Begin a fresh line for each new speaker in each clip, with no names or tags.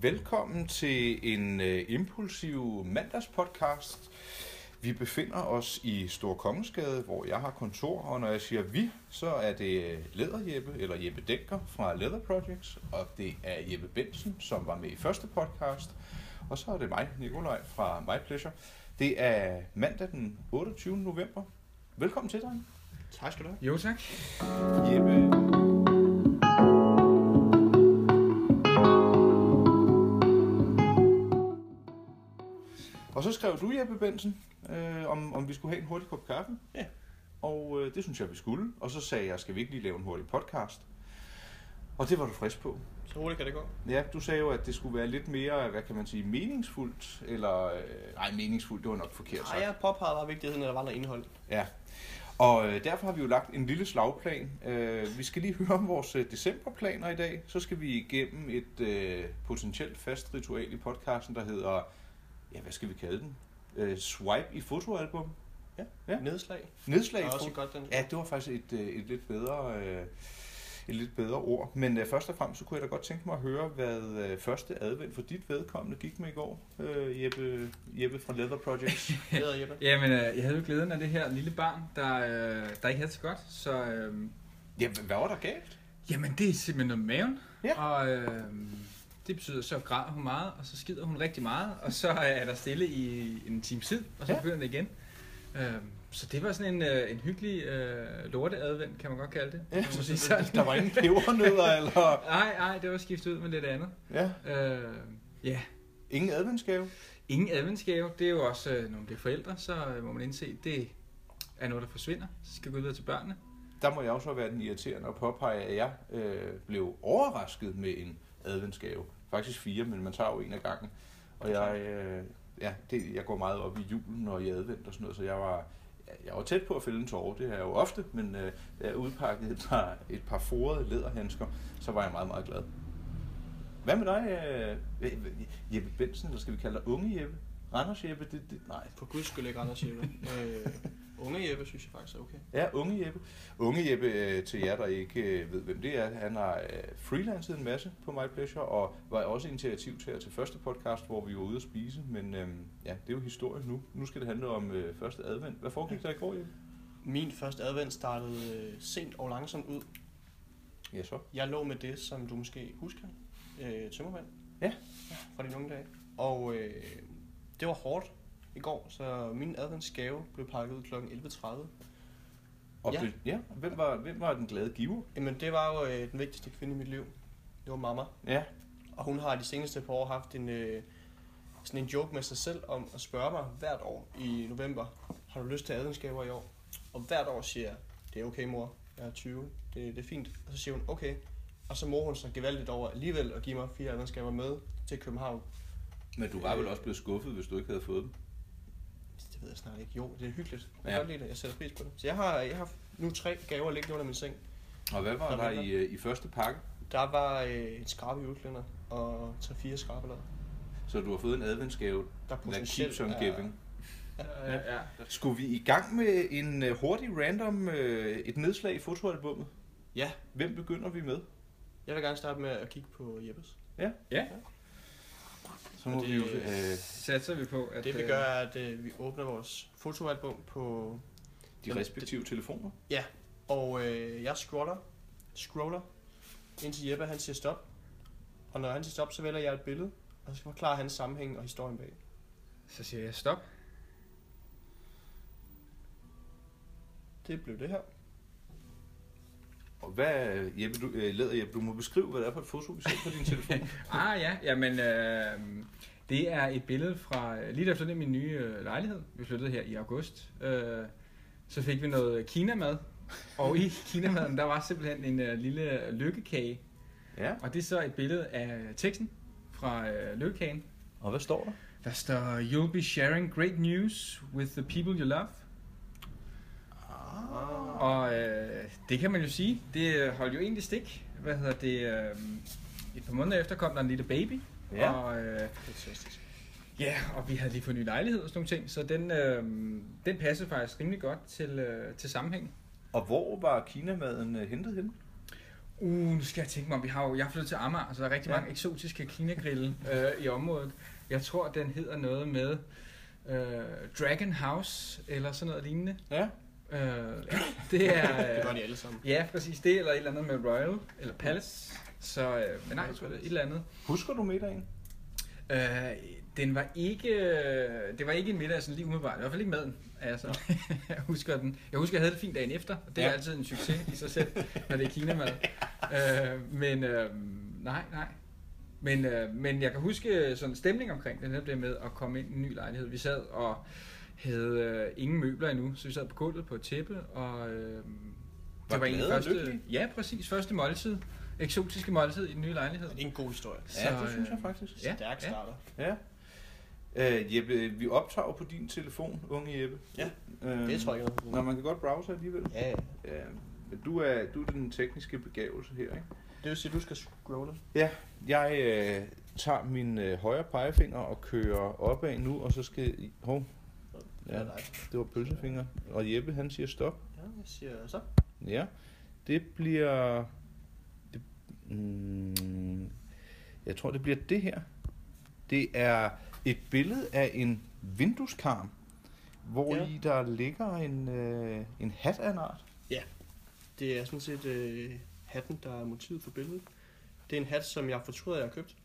Velkommen til en øh, impulsiv mandagspodcast. Vi befinder os i Stor Kongensgade, hvor jeg har kontor, og når jeg siger vi, så er det Leder Jeppe, eller Jeppe Denker fra Leather Projects, og det er Jeppe Bensen, som var med i første podcast, og så er det mig, Nikolaj fra My Pleasure. Det er mandag den 28. november. Velkommen til dig.
Tak skal du have.
Jo tak.
Jeppe. Og så skrev du, Jeppe Bensen, øh, om, om vi skulle have en hurtig kop kaffe.
Ja.
Og øh, det synes jeg, vi skulle. Og så sagde jeg, skal vi ikke lige lave en hurtig podcast? Og det var du frisk på.
Så hurtigt kan det gå.
Ja, du sagde jo, at det skulle være lidt mere, hvad kan man sige, meningsfuldt. Eller, øh, nej, meningsfuldt, det var nok forkert
Nej, jeg påpegede bare vigtigheden, at der var noget indhold.
Ja, og øh, derfor har vi jo lagt en lille slagplan. Øh, vi skal lige høre om vores øh, decemberplaner i dag. Så skal vi igennem et øh, potentielt fast ritual i podcasten, der hedder, ja, hvad skal vi kalde den? Øh, swipe i fotoalbum. Ja.
Nedslag.
Nedslag
Det
i
er også
foto.
et godt, den.
Ja, det var faktisk et, øh, et lidt bedre... Øh, et lidt bedre ord. Men øh, først og fremmest, så kunne jeg da godt tænke mig at høre, hvad øh, første advent for dit vedkommende gik med i går, øh, Jeppe, Jeppe fra Leather Projects.
Det hedder Jeppe.
Jamen, øh, jeg havde jo glæden af det her lille barn, der, øh, der ikke havde det så godt. Så øh,
ja, hvad var der galt?
jamen, det er simpelthen noget med maven.
Ja.
Og øh, det betyder, så græder hun meget, og så skider hun rigtig meget. Og så øh, er der stille i en times tid, og så
Ja.
ja. begynder det igen. Øh, så det var sådan en, øh, en hyggelig øh, lorteadvent, kan man godt kalde det.
Ja.
Kan man sige sådan.
Der var ingen pebernødder, eller...
Nej, nej, det var skiftet ud med lidt andet.
Ja.
Øh, ja,
Ingen adventsgave?
Ingen adventsgave, det er jo også, øh, når man bliver forældre, så øh, må man indse, det er noget, der forsvinder. Så skal gå videre til børnene.
Der må jeg også være den irriterende og påpege, at jeg øh, blev overrasket med en adventsgave. Faktisk fire, men man tager jo en af gangen. Og jeg, øh, ja, det, jeg går meget op i julen og i advent og sådan noget, så jeg var, jeg var tæt på at fælde en tårer. Det er jeg jo ofte, men øh, da jeg udpakkede et par, et par forede læderhandsker, så var jeg meget, meget glad. Hvad med dig, øh, Jeppe Bensen, eller skal vi kalde dig unge Jeppe? Randers Jeppe? Det, det, nej,
På guds skyld ikke Anders Jeppe. øh, unge Jeppe synes jeg faktisk er okay.
Ja, Unge Jeppe. Unge Jeppe, øh, til jer, der ikke øh, ved, hvem det er, han har øh, freelancet en masse på My Pleasure, og var også initiativ til her til første podcast, hvor vi var ude at spise, men øh, ja, det er jo historie nu. Nu skal det handle om øh, første advent. Hvad foregik der i går, Jeppe?
Min første advent startede øh, sent og langsomt ud.
Ja, så.
Jeg lå med det, som du måske husker. Øh, tømmermand.
Ja.
Fra dine unge dage. Og øh, det var hårdt i går, så min adventsgave blev pakket ud kl. 11.30.
Og
Ja.
ja. ja hvem, var, hvem var den glade giver?
Jamen, det var jo øh, den vigtigste kvinde i mit liv. Det var mamma.
Ja,
Og hun har de seneste par år haft en, øh, sådan en joke med sig selv om at spørge mig hvert år i november, har du lyst til adventsgaver i år? Og hvert år siger jeg, det er okay mor, jeg er 20, det, det er fint. Og så siger hun, okay. Og så mor hun sig gevaldigt over alligevel at give mig fire adventsgaver med til København.
men du var vel også blevet skuffet, hvis du ikke havde fået dem.
Det ved jeg snart ikke. Jo, det er hyggeligt. Jeg kan
Ja.
godt lide det. Jeg sætter pris på det. Så jeg har, jeg har nu tre gaver liggende under min seng.
Og hvad var
Nå,
der
hvem
i, øh, i første pakke?
Der var øh, en skrabe juleklænder og 3-4 skrabelader.
Så du har fået en adventsgave,
Der
der keeps on
er-
giving.
Ja. Ja.
Skulle vi i gang med en øh, hurtig random, øh, et nedslag i fotoalbummet?
Ja.
Hvem begynder vi med?
Jeg vil gerne starte med at kigge på Jeppes.
Så må
Det-
vi jo... Øh,
Satser vi på, at...
Det vi
øh,
gør, er, at øh, vi åbner vores fotoalbum på...
de respektive telefoner.
Og øh, jeg scroller, scroller, indtil Jeppe han siger stop. Og når han siger stop, så vælger jeg et billede, og så forklarer han sammenhængen og historien bag.
Så siger jeg stop.
Det blev det her.
Og hvad, øh, Jeppe, du, øh, leder Jeppe, du må beskrive, hvad det er for et foto, vi ser på din telefon.
Ah ja, jamen... Øh, det er et billede fra... øh, Lige da jeg flyttede ind i min nye øh, lejlighed. Vi flyttede her i august. Øh, så fik vi noget kinamad. Og i kinamaden, der var simpelthen en øh, lille lykkekage.
ja.
Og det er så et billede af teksten fra øh, lykkekagen.
Og hvad står der?
Der står, you'll be sharing great news with the people you love.
Ah.
Og øh, det kan man jo sige, det øh, holdt jo egentlig stik. Hvad hedder det? Øh, et par måneder efter kom der en lille baby.
Ja.
Og, øh,
Fantastisk.
ja, og vi havde lige fået ny lejlighed og sådan nogle ting. Så den, øh, den passede faktisk rimelig godt til, øh, til sammenhængen.
Og hvor var kinamaden øh, hentet henne?
Uh, nu skal jeg tænke mig om, vi har jo, jeg er flyttet til Amager, så der er rigtig
Ja.
mange eksotiske kinagrille øh, i området. Jeg tror, den hedder noget med øh, Dragon House, eller sådan noget lignende.
Ja.
Øh, ja, det
Det
er...
gør
Øh,
de alle sammen.
ja, præcis, det, eller et eller andet med Royal, eller Palace. Så, øh, men nej, jeg tror, det er et eller andet.
Husker du middagen?
Øh, den var ikke, øh, det var ikke en middag, jeg sådan lige umiddelbart. I hvert fald ikke maden. Altså, jeg husker den. Jeg husker, jeg havde det fint dagen efter. og Det er
Ja.
altid en succes i sig selv, når det er kinamad. øh, men øh, nej, nej. Men, øh, men jeg kan huske øh, sådan en stemning omkring det, netop det med at komme ind i en ny lejlighed. Vi sad og havde øh, ingen møbler endnu, så vi sad på gulvet på et tæppe, og øh,
Var
egentlig
glade og lykkelige?
ja, præcis, første måltid, eksotiske måltid i den nye lejlighed.
Men det er en god historie.
Ja, det
øh,
synes jeg faktisk.
Ja,
Stærk
ja.
starter.
Ja. Øh, Jeppe, vi optager på din telefon, unge Jeppe.
Ja,
øh,
Det tror jeg ikke.
Nå, man kan godt browse alligevel.
Ja, ja.
Ja, men du er, du er den tekniske begavelse her, ikke?
Det vil sige, at du skal scrolle.
Jeg øh, tager min øh, højre pegefinger og kører opad nu, og så skal... Hov,
Ja.
ja, det var pølsefinger. Og Jeppe, han siger stop.
ja, jeg siger så.
Ja, det bliver... Det, mm, jeg tror, det bliver det her. Det er et billede af en vindueskarm, hvor i der ligger en, øh, en hat af en art.
Det er sådan set øh, hatten, der er motivet for billedet. Det er en hat, som jeg fortryder, jeg har købt.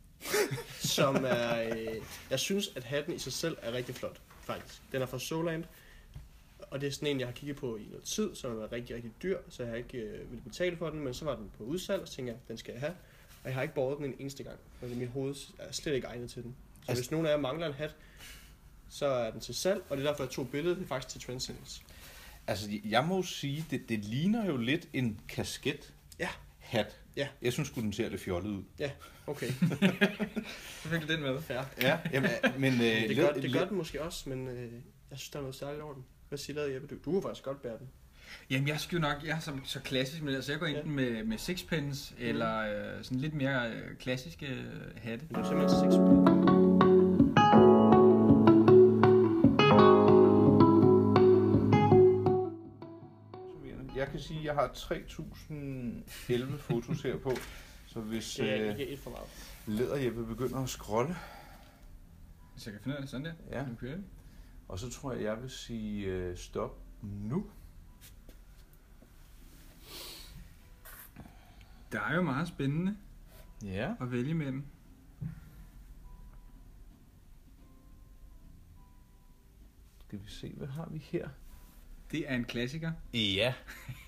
som er, øh, jeg synes, at hatten i sig selv er rigtig flot, faktisk. Den er fra Soland, og det er sådan en, jeg har kigget på i noget tid, som har været rigtig, rigtig dyr, så jeg har ikke øh, ville betale for den, men så var den på udsalg, og så tænkte jeg, den skal jeg have. Og jeg har ikke båret den en eneste gang, for mit hoved er slet ikke egnet til den. Så
Altså-
hvis nogen af jer mangler en hat, så er den til salg, og det er derfor, jeg tog billedet, det er faktisk til Transcendence.
Altså, jeg må jo sige, det, det ligner jo lidt en kasket.
Ja.
Hat.
Ja.
Jeg synes sgu, den ser lidt fjollet ud.
Okay,
Så fik du den med.
fair.
Ja, jamen, men... Øh,
det, gør, det gør den måske også, men øh, jeg synes, der er noget særligt over den. Hvad siger der, Jeppe? Du, du kunne faktisk godt bære den.
Jamen, jeg skal jo nok, jeg er så, så klassisk med det, så jeg går
Ja.
enten med, med sixpence, mm. eller øh, sådan lidt mere øh, klassiske øh, hatte.
Men du er simpelthen seks
Jeg kan sige, at jeg har 3011 fotos her på. Så hvis
Det er
øh,
ikke et for meget.
Læderjeppe begynder at scrolle,
Så jeg kan finde ud af det sådan der.
ja.
Nu kører vi.
og så tror jeg, jeg vil sige øh, stop nu.
Der er jo meget spændende
Ja.
at vælge mellem.
Skal vi se, hvad har vi her?
Det er en klassiker.
Ja.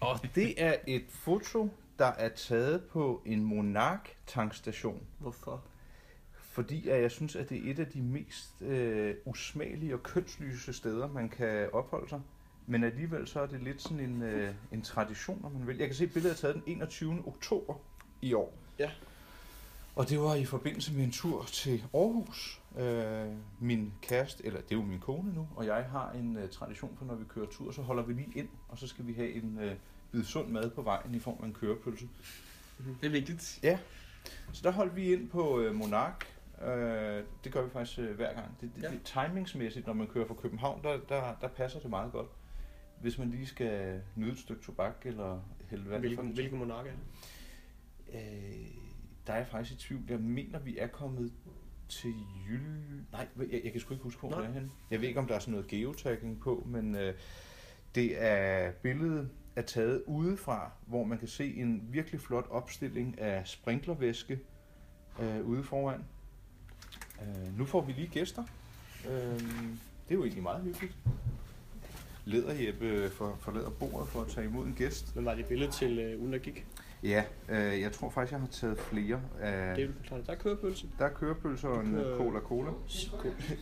Og det er et foto, der er taget på en Monark-tankstation.
Hvorfor?
Fordi at jeg synes, at det er et af de mest øh, usmagelige og kønslyse steder, man kan opholde sig. Men alligevel så er det lidt sådan en, øh, en tradition, om man vil. Jeg kan se, at billedet er taget den 21. oktober i år.
Ja.
Og det var i forbindelse med en tur til Aarhus. Øh, min kæreste, eller det er jo min kone nu, og jeg har en øh, tradition for, når vi kører tur, så holder vi lige ind, og så skal vi have en øh, bid sund mad på vejen i form af en kørepølse.
Det er vigtigt.
Så der holdt vi ind på øh, Monark. Øh, det gør vi faktisk øh, hver gang. Det, det,
Ja.
ja. det, timingsmæssigt, når man kører fra København, der, der, der passer det meget godt. Hvis man lige skal nyde et stykke tobak eller hælde vand
Hvilken,
for
hvilken monark er det?
Øh, der er jeg faktisk i tvivl. Jeg mener, vi er kommet til Jylland. Nej, jeg, jeg kan sgu ikke huske, hvor
Nej.
det er henne. Jeg ved ikke, om der er sådan noget geotagging på, men øh, det er billedet er taget udefra, hvor man kan se en virkelig flot opstilling af sprinklervæske øh, ude foran. Øh, nu får vi lige gæster. Øh, det er jo egentlig meget hyggeligt. Lederjeppe for, forlader bordet for at tage imod en gæst.
Men var det billede til øh, ugen, der gik?
Ja, øh, jeg tror faktisk, jeg har taget flere. Af,
Det vil forklare det. Der er kørepølse.
Der er kørepølser og en
Øh.
øh, cola-cola.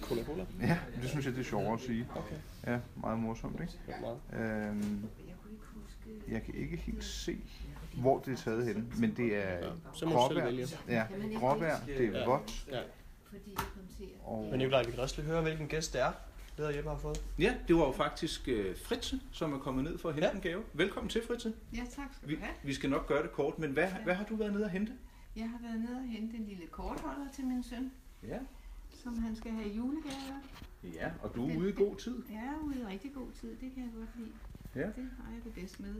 Cola Cola.
Ja, det synes jeg, det er sjovere at sige.
Okay.
Ja, meget morsomt, ikke?
Det var meget.
Øhm, jeg kan ikke helt se, hvor det er taget hen, men det
Ja.
er
Så må du selv
Gråbær.
vælge.
ja, gråvejr, det
Ja.
er vådt.
Ja.
Fordi det kom til at...
Og...
Men Nikolaj, vi kan også lige høre, hvilken gæst det er, leder Jeppe har fået.
Ja, det var jo faktisk uh, Fritze, som er kommet ned for at
hente
en gave. Velkommen til, Fritze.
Ja, tak skal du have.
vi skal nok gøre det kort, men hvad,
hvad
har du været nede at hente?
Jeg har været nede og hente en lille kortholder til min søn,
Ja,
som han skal have i julegave.
ja, og du er ude i god tid.
Jeg er ude i rigtig god tid, det kan jeg godt lide.
Ja.
Det har jeg det bedst med.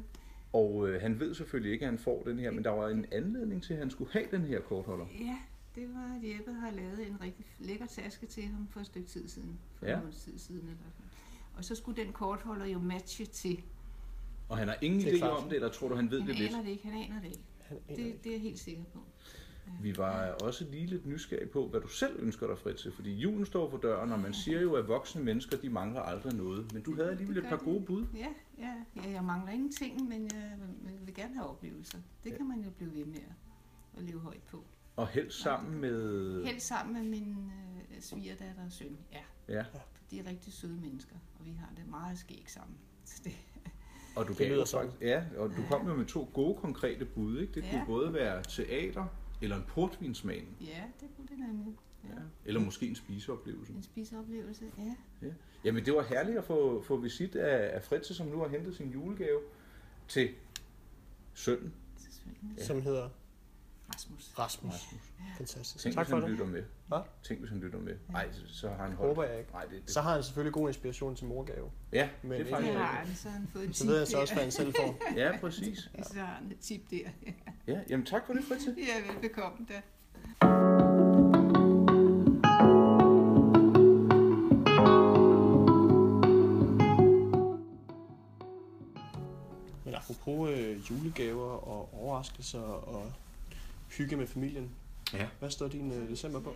Og øh, han ved selvfølgelig ikke, at han får den her, men der var en anledning til, at han skulle have den her kortholder.
Ja, det var, at Jeppe har lavet en rigtig lækker taske til ham for et stykke tid siden. For
Ja.
ja. en tid siden. Eller. Og så skulle den kortholder jo matche til.
Og han har ingen
Det er
idé
klart.
om det, eller tror du, han ved
Han
det lidt?
aner det ikke, han aner det ikke.
Han aner det
Det, det er jeg helt sikker på.
Vi var også lige lidt nysgerrige på, hvad du selv ønsker dig, Fritze, fordi julen står for døren, og man siger jo, at voksne mennesker, de mangler aldrig noget. Men du havde alligevel
Det
et
gør
par
de.
gode bud.
Ja, ja, ja, jeg mangler ingenting, men jeg vil- vil gerne have oplevelser. Det kan man jo blive ved med at- at leve højt på.
Og helst sammen med...
Helt sammen med min øh, svigerdatter og søn. Ja,
Ja,
de er rigtig søde mennesker, og vi har det meget skægt sammen. Så det,
og du
Det
gav
lyder
jo faktisk- Ja, og du kom jo med to gode konkrete bud, ikke? Det kunne
Ja.
både være teater, eller en portvinsmagen,
ja, det kunne det nemlig. Ja.
eller måske en spiseoplevelse.
En spiseoplevelse, ja.
Jamen, det var herligt at få, få visit af, af Fritze, som nu har hentet sin julegave til sønnen.
Selvfølgelig.
Som hedder
Rasmus.
Rasmus.
Rasmus.
Fantastisk.
Tænk,
tak
hvis
for
han
det.
lytter med.
Hva?
Tænk, hvis han lytter med. Nej, så, så har han holdt.
Håber jeg ikke.
Nej, det, det.
Så har han selvfølgelig god inspiration til morgave.
Ja,
Men
det er
ikke-
faktisk
Det
Ja.
ja.
har han, så har han fået et
Så
tip
ved jeg så
der.
også, hvad han selv får.
ja, præcis.
Så har han et tip der.
Ja, jamen tak for det, Fritze.
Ja, velbekomme da.
Men apropos øh, julegaver og overraskelser og hygge med familien.
Ja.
Hvad står din øh, december på?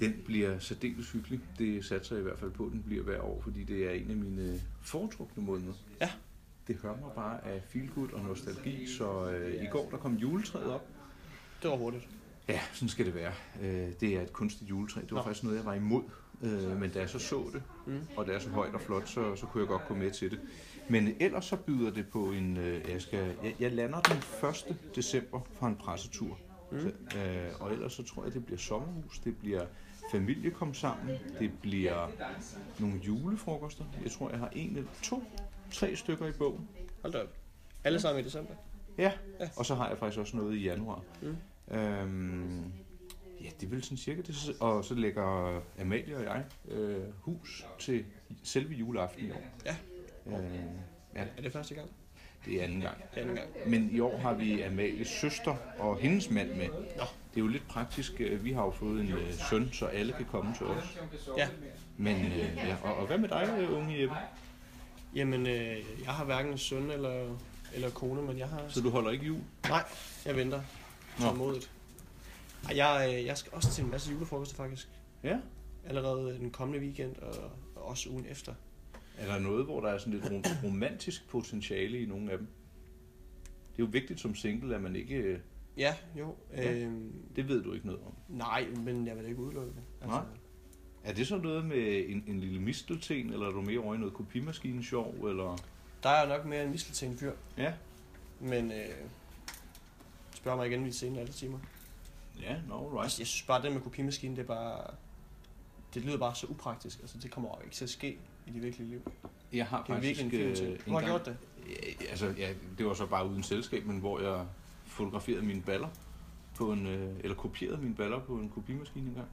Den bliver særdeles hyggelig. Det satser jeg i hvert fald på, at den bliver hver år, fordi det er en af mine foretrukne måneder.
Ja.
Det hører mig bare af feelgood og nostalgi, så øh, i går der kom juletræet op.
Det var hurtigt.
Ja, sådan skal det være. Øh, det er et kunstigt juletræ. Det var
Nå.
faktisk noget, jeg var imod. Øh, men da jeg så så det,
Mm.
og det er så højt og flot, så, så kunne jeg godt gå med til det. Men ellers så byder det på en... Øh, jeg, skal, jeg, jeg lander den 1. december fra en pressetur. Mm.
Mm-hmm.
Så, øh, og ellers så tror jeg, det bliver sommerhus, det bliver familie kom sammen, det bliver nogle julefrokoster. Jeg tror, jeg har en eller to, tre stykker i bogen.
Hold da op. Alle sammen i december.
Ja, og så har jeg faktisk også noget i januar.
Mm.
Øhm, ja, det er vel sådan cirka det. Og så lægger Amalie og jeg øh, hus til selve juleaften i år.
Ja.
Øh, ja,
Er det første gang?
det er anden gang.
Det er anden gang.
Men i år har vi Amalies søster og hendes mand med. Det er jo lidt praktisk. øh, Vi har jo fået en øh, søn, så alle kan komme til os.
Ja.
Men øh, ja, og, og hvad med dig, øh, unge Jeppe?
Jamen, øh, jeg har hverken søn eller, eller kone, men jeg har...
Så du holder ikke jul?
Nej, jeg venter.
Nå.
Tålmodigt. Ej, jeg, øh, jeg skal også til en masse julefrokoster faktisk.
Ja.
Allerede øh, den kommende weekend og, og også ugen efter.
Er der noget, hvor der er sådan lidt rom- romantisk potentiale i nogle af dem? Det er jo vigtigt som single, at man ikke... øh,
Ja, jo.
Ja.
Øhm,
Det ved du ikke noget om.
nej, men jeg vil da ikke udelukke det. Altså,
Nej. Er det så noget med en, en lille mistelten, eller er du mere over i noget kopimaskine sjov, eller...
Der er nok mere en mistel til en fyr.
Ja.
Men øh, spørg mig igen lige senere alle timer.
Ja, no,
Altså,
right.
jeg synes bare, at det med kopimaskinen, det er bare... Det lyder bare så upraktisk. Altså, det kommer jo ikke til at ske i det virkelige liv. Det
Jeg har
er
faktisk
virkelig en
øh,
fin ting. Du har
engang-
gjort det.
Ja, altså, ja, det var så bare uden selskab, men hvor jeg fotograferede mine baller på en, øh, eller kopierede mine baller på en kopimaskine engang.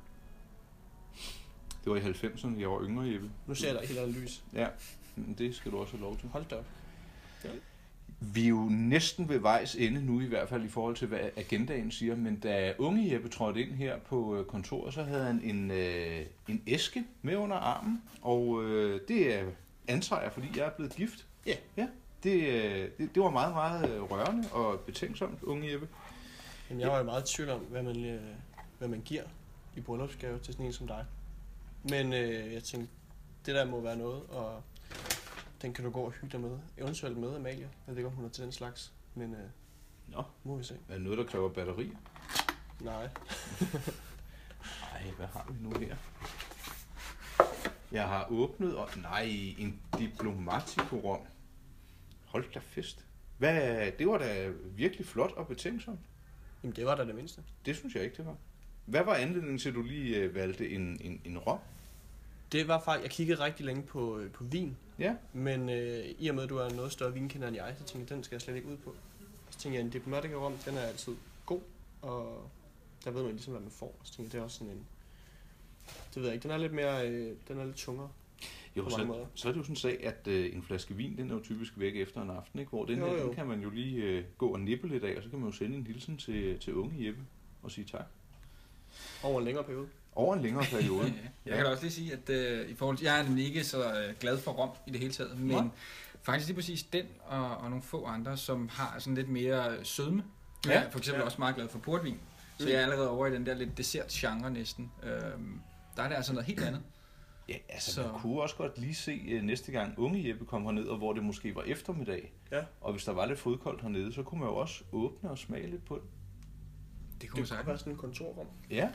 Det var i 90'erne, jeg var yngre, Jeppe.
Nu ser jeg dig helt andet lys.
Ja, men det skal du også have lov til.
Hold da op.
Vi er jo næsten ved vejs ende nu, i hvert fald i forhold til, hvad agendaen siger, men da unge Jeppe trådte ind her på øh, kontoret, så havde han en, øh, en æske med under armen, og øh, det øh, antager jeg, fordi jeg er blevet gift.
Ja.
ja det, øh, det, det var meget, meget øh, rørende og betænksomt, unge Jeppe.
Jamen, jeg var jo meget i tvivl om, hvad man, øh, hvad man giver i bryllupsgave til sådan en som dig. Men øh, jeg tænkte, det der må være noget, og den kan du gå og hygge dig med. Eventuelt med Amalie. Jeg ved ikke, om hun er til den slags. Men øh,
Nå,
må vi se.
er det noget, der kræver batterier?
Nej.
Nej, hvad har vi nu her? Jeg har åbnet, og nej, en diplomatico-rom. Hold da fest. Hvad, det var da virkelig flot og betænksomt.
Jamen, det var da det mindste.
Det synes jeg ikke, det var. Hvad var anledningen til, at du lige øh, valgte en, en, en rom?
Det var faktisk, jeg kiggede rigtig længe på, øh, på vin,
Ja.
men øh, i og med, at du er en noget større vinkender end jeg, så tænkte jeg, den skal jeg slet ikke ud på. Så tænkte jeg, en diplomatic rom, den er altid god, og der ved man ligesom, hvad man får. Så tænkte jeg, det er også sådan en, det ved jeg ikke, den er lidt mere, øh, den er lidt tungere.
Jo,
På mange
så,
måder.
så er det jo sådan en sag, at øh, en flaske vin, den er jo typisk væk efter en aften, ikke? hvor den
Jo,
her,
jo.
den kan man jo lige øh, gå og nippe lidt af, og så kan man jo sende en hilsen til, til unge Jeppe og sige tak.
Over en længere periode.
Over en længere periode.
Jeg kan da også lige sige, at øh, i forhold til, jeg er nemlig ikke så øh, glad for Rom i det hele taget, men
Nej.
faktisk lige præcis den og, og nogle få andre, som har sådan lidt mere sødme.
Ja.
Ja. Jeg er for eksempel
Ja.
ja. også meget glad for portvin, så
Mm.
jeg er allerede over i den der lidt dessert-genre næsten. Øhm, der er det altså noget helt andet.
Ja, altså så.
Så-
man kunne også godt lige se øh, næste gang unge Jeppe kom herned, og hvor det måske var eftermiddag.
Ja.
Og hvis der var lidt fodkoldt hernede, så kunne man jo også åbne og smage lidt på det.
Det kunne man
Det kunne
sagtens.
være sådan en kontorrum.
Ja,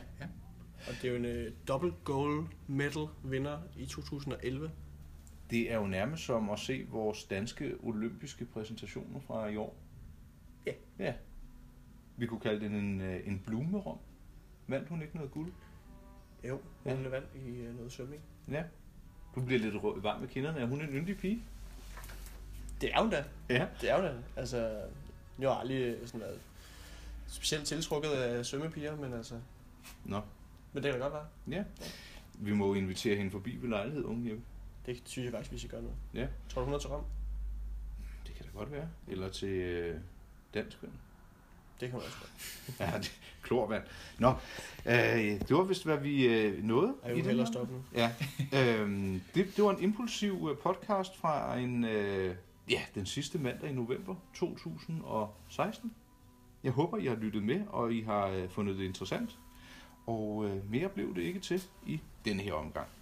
Og det er jo en øh, dobbelt gold medal vinder i 2011.
det er jo nærmest som at se vores danske olympiske præsentationer fra i år.
Ja.
Ja. Vi kunne kalde den en, øh, en blumerom. Vandt hun ikke noget guld?
Jo,
Ja.
hun ja. vandt i øh, noget svømning.
Ja. Du bliver lidt rød, varm med kinderne. Er hun en yndig pige?
Det er hun da.
Ja.
Det er jo det. Altså, jeg har aldrig øh, sådan været specielt tiltrukket af svømmepiger, men altså...
Nå.
Men det kan da godt være.
Ja. Vi må jo invitere hende forbi ved lejlighed, unge Jeppe.
Det synes jeg faktisk, vi skal gøre noget.
Ja.
Tror du, hun er til Rom?
Det kan da godt være. Eller til øh, dansk vand.
Det kan man også godt.
Ja, det, klorvand. Nå, øh, det var vist, hvad vi øh, nåede.
Jeg
i
vil
den
hellere
her.
stoppe nu.
Ja, øhm, det, det var en impulsiv øh, podcast fra en, øh, ja, den sidste mandag i november 2016. Jeg håber, I har lyttet med, og I har øh, fundet det interessant. Og øh, mere blev det ikke til i denne her omgang.